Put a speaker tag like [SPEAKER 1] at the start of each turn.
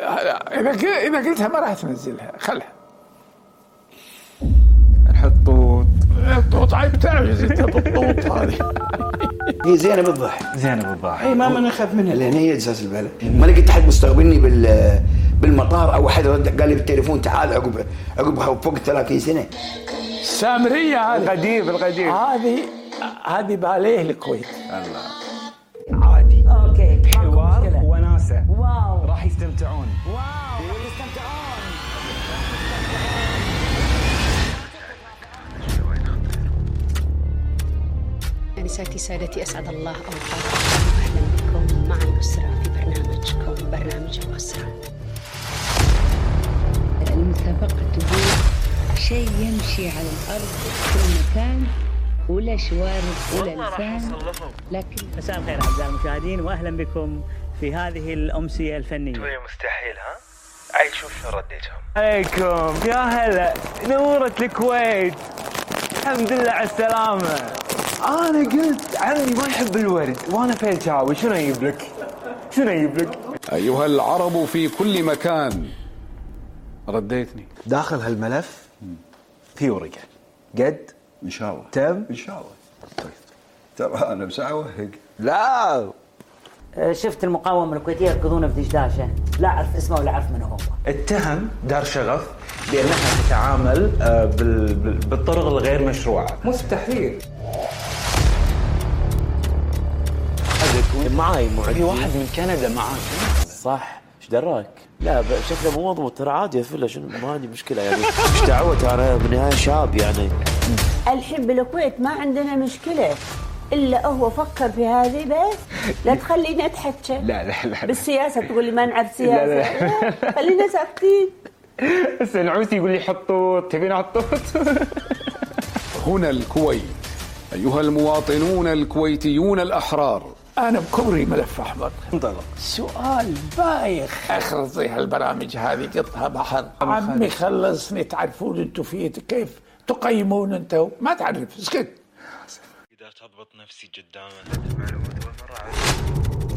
[SPEAKER 1] اذا قل- اذا قلتها ما راح تنزلها خلها الحطوط الحطوط عيب تعرف إيش انت بالطوط هذه
[SPEAKER 2] هي زينب الضحك
[SPEAKER 3] زينب الضاحي
[SPEAKER 4] اي ما من اخذ منها
[SPEAKER 2] لان هي اساس البلد ما لقيت احد مستقبلني بال بالمطار او احد رد قال لي بالتليفون تعال عقب عقب فوق 30 سنه
[SPEAKER 1] السامريه هذه
[SPEAKER 3] القديم القديم
[SPEAKER 1] هذه هذه باليه الكويت
[SPEAKER 3] عادي
[SPEAKER 5] اوكي ماكو
[SPEAKER 3] حوار
[SPEAKER 5] مشكلة.
[SPEAKER 3] وناسه
[SPEAKER 5] واو
[SPEAKER 3] راح يستمتعون
[SPEAKER 5] واو راح يستمتعون
[SPEAKER 6] نساتي سادتي أسعد الله أوقاتكم أهلا بكم مع الأسرة في برنامجكم برنامج الأسرة
[SPEAKER 7] المسابقة تقول شيء يمشي على الأرض في كل مكان ولا شوارب ولا لسان لكن
[SPEAKER 8] مساء الخير اعزائي المشاهدين واهلا بكم في هذه الامسيه الفنيه.
[SPEAKER 9] مستحيل ها؟ عيل شوف شلون رديتهم
[SPEAKER 3] عليكم يا هلا نورت الكويت الحمد لله على السلامة أنا قلت عمي ما يحب الورد وأنا فيلشاوي شنو أجيب لك؟ شنو أجيب لك؟
[SPEAKER 10] أيها العرب في كل مكان رديتني
[SPEAKER 2] داخل هالملف
[SPEAKER 3] في ورقة
[SPEAKER 2] قد
[SPEAKER 10] إن شاء الله
[SPEAKER 2] تم
[SPEAKER 10] إن شاء الله ترى أنا بساعة وهق
[SPEAKER 2] لا
[SPEAKER 5] آه، شفت المقاومه الكويتيه يركضون في دشداشه لا اعرف اسمه ولا اعرف من هو
[SPEAKER 3] اتهم دار شغف بأنها تتعامل آه، بال- بال- بالطرق الغير مشروعة مستحيل
[SPEAKER 4] معاي معدي في واحد من كندا معاك صح ايش دراك؟ لا ب- شكله مو مضبوط ترى عادي يا فله شنو ما عندي مشكله يعني ايش دعوه ترى بالنهايه شاب يعني
[SPEAKER 11] الحين بالكويت ما عندنا مشكلة إلا هو فكر في هذه بس لا تخلينا نتحكى
[SPEAKER 3] لا لا لا
[SPEAKER 11] بالسياسة تقول لي ما نعرف سياسة
[SPEAKER 3] لا، لا.
[SPEAKER 11] لا، خلينا ساكتين
[SPEAKER 3] هسه العوسي يقول لي حطوط تبين حطوط
[SPEAKER 10] هنا الكويت أيها المواطنون الكويتيون الأحرار
[SPEAKER 1] انا بكبري ملف احمر سؤال بايخ اخر زي هالبرامج هذه قطها بحر عمي خلصني تعرفون انتم في كيف تقيمون انتم ما تعرف اسكت
[SPEAKER 9] قدرت اضبط نفسي قدامه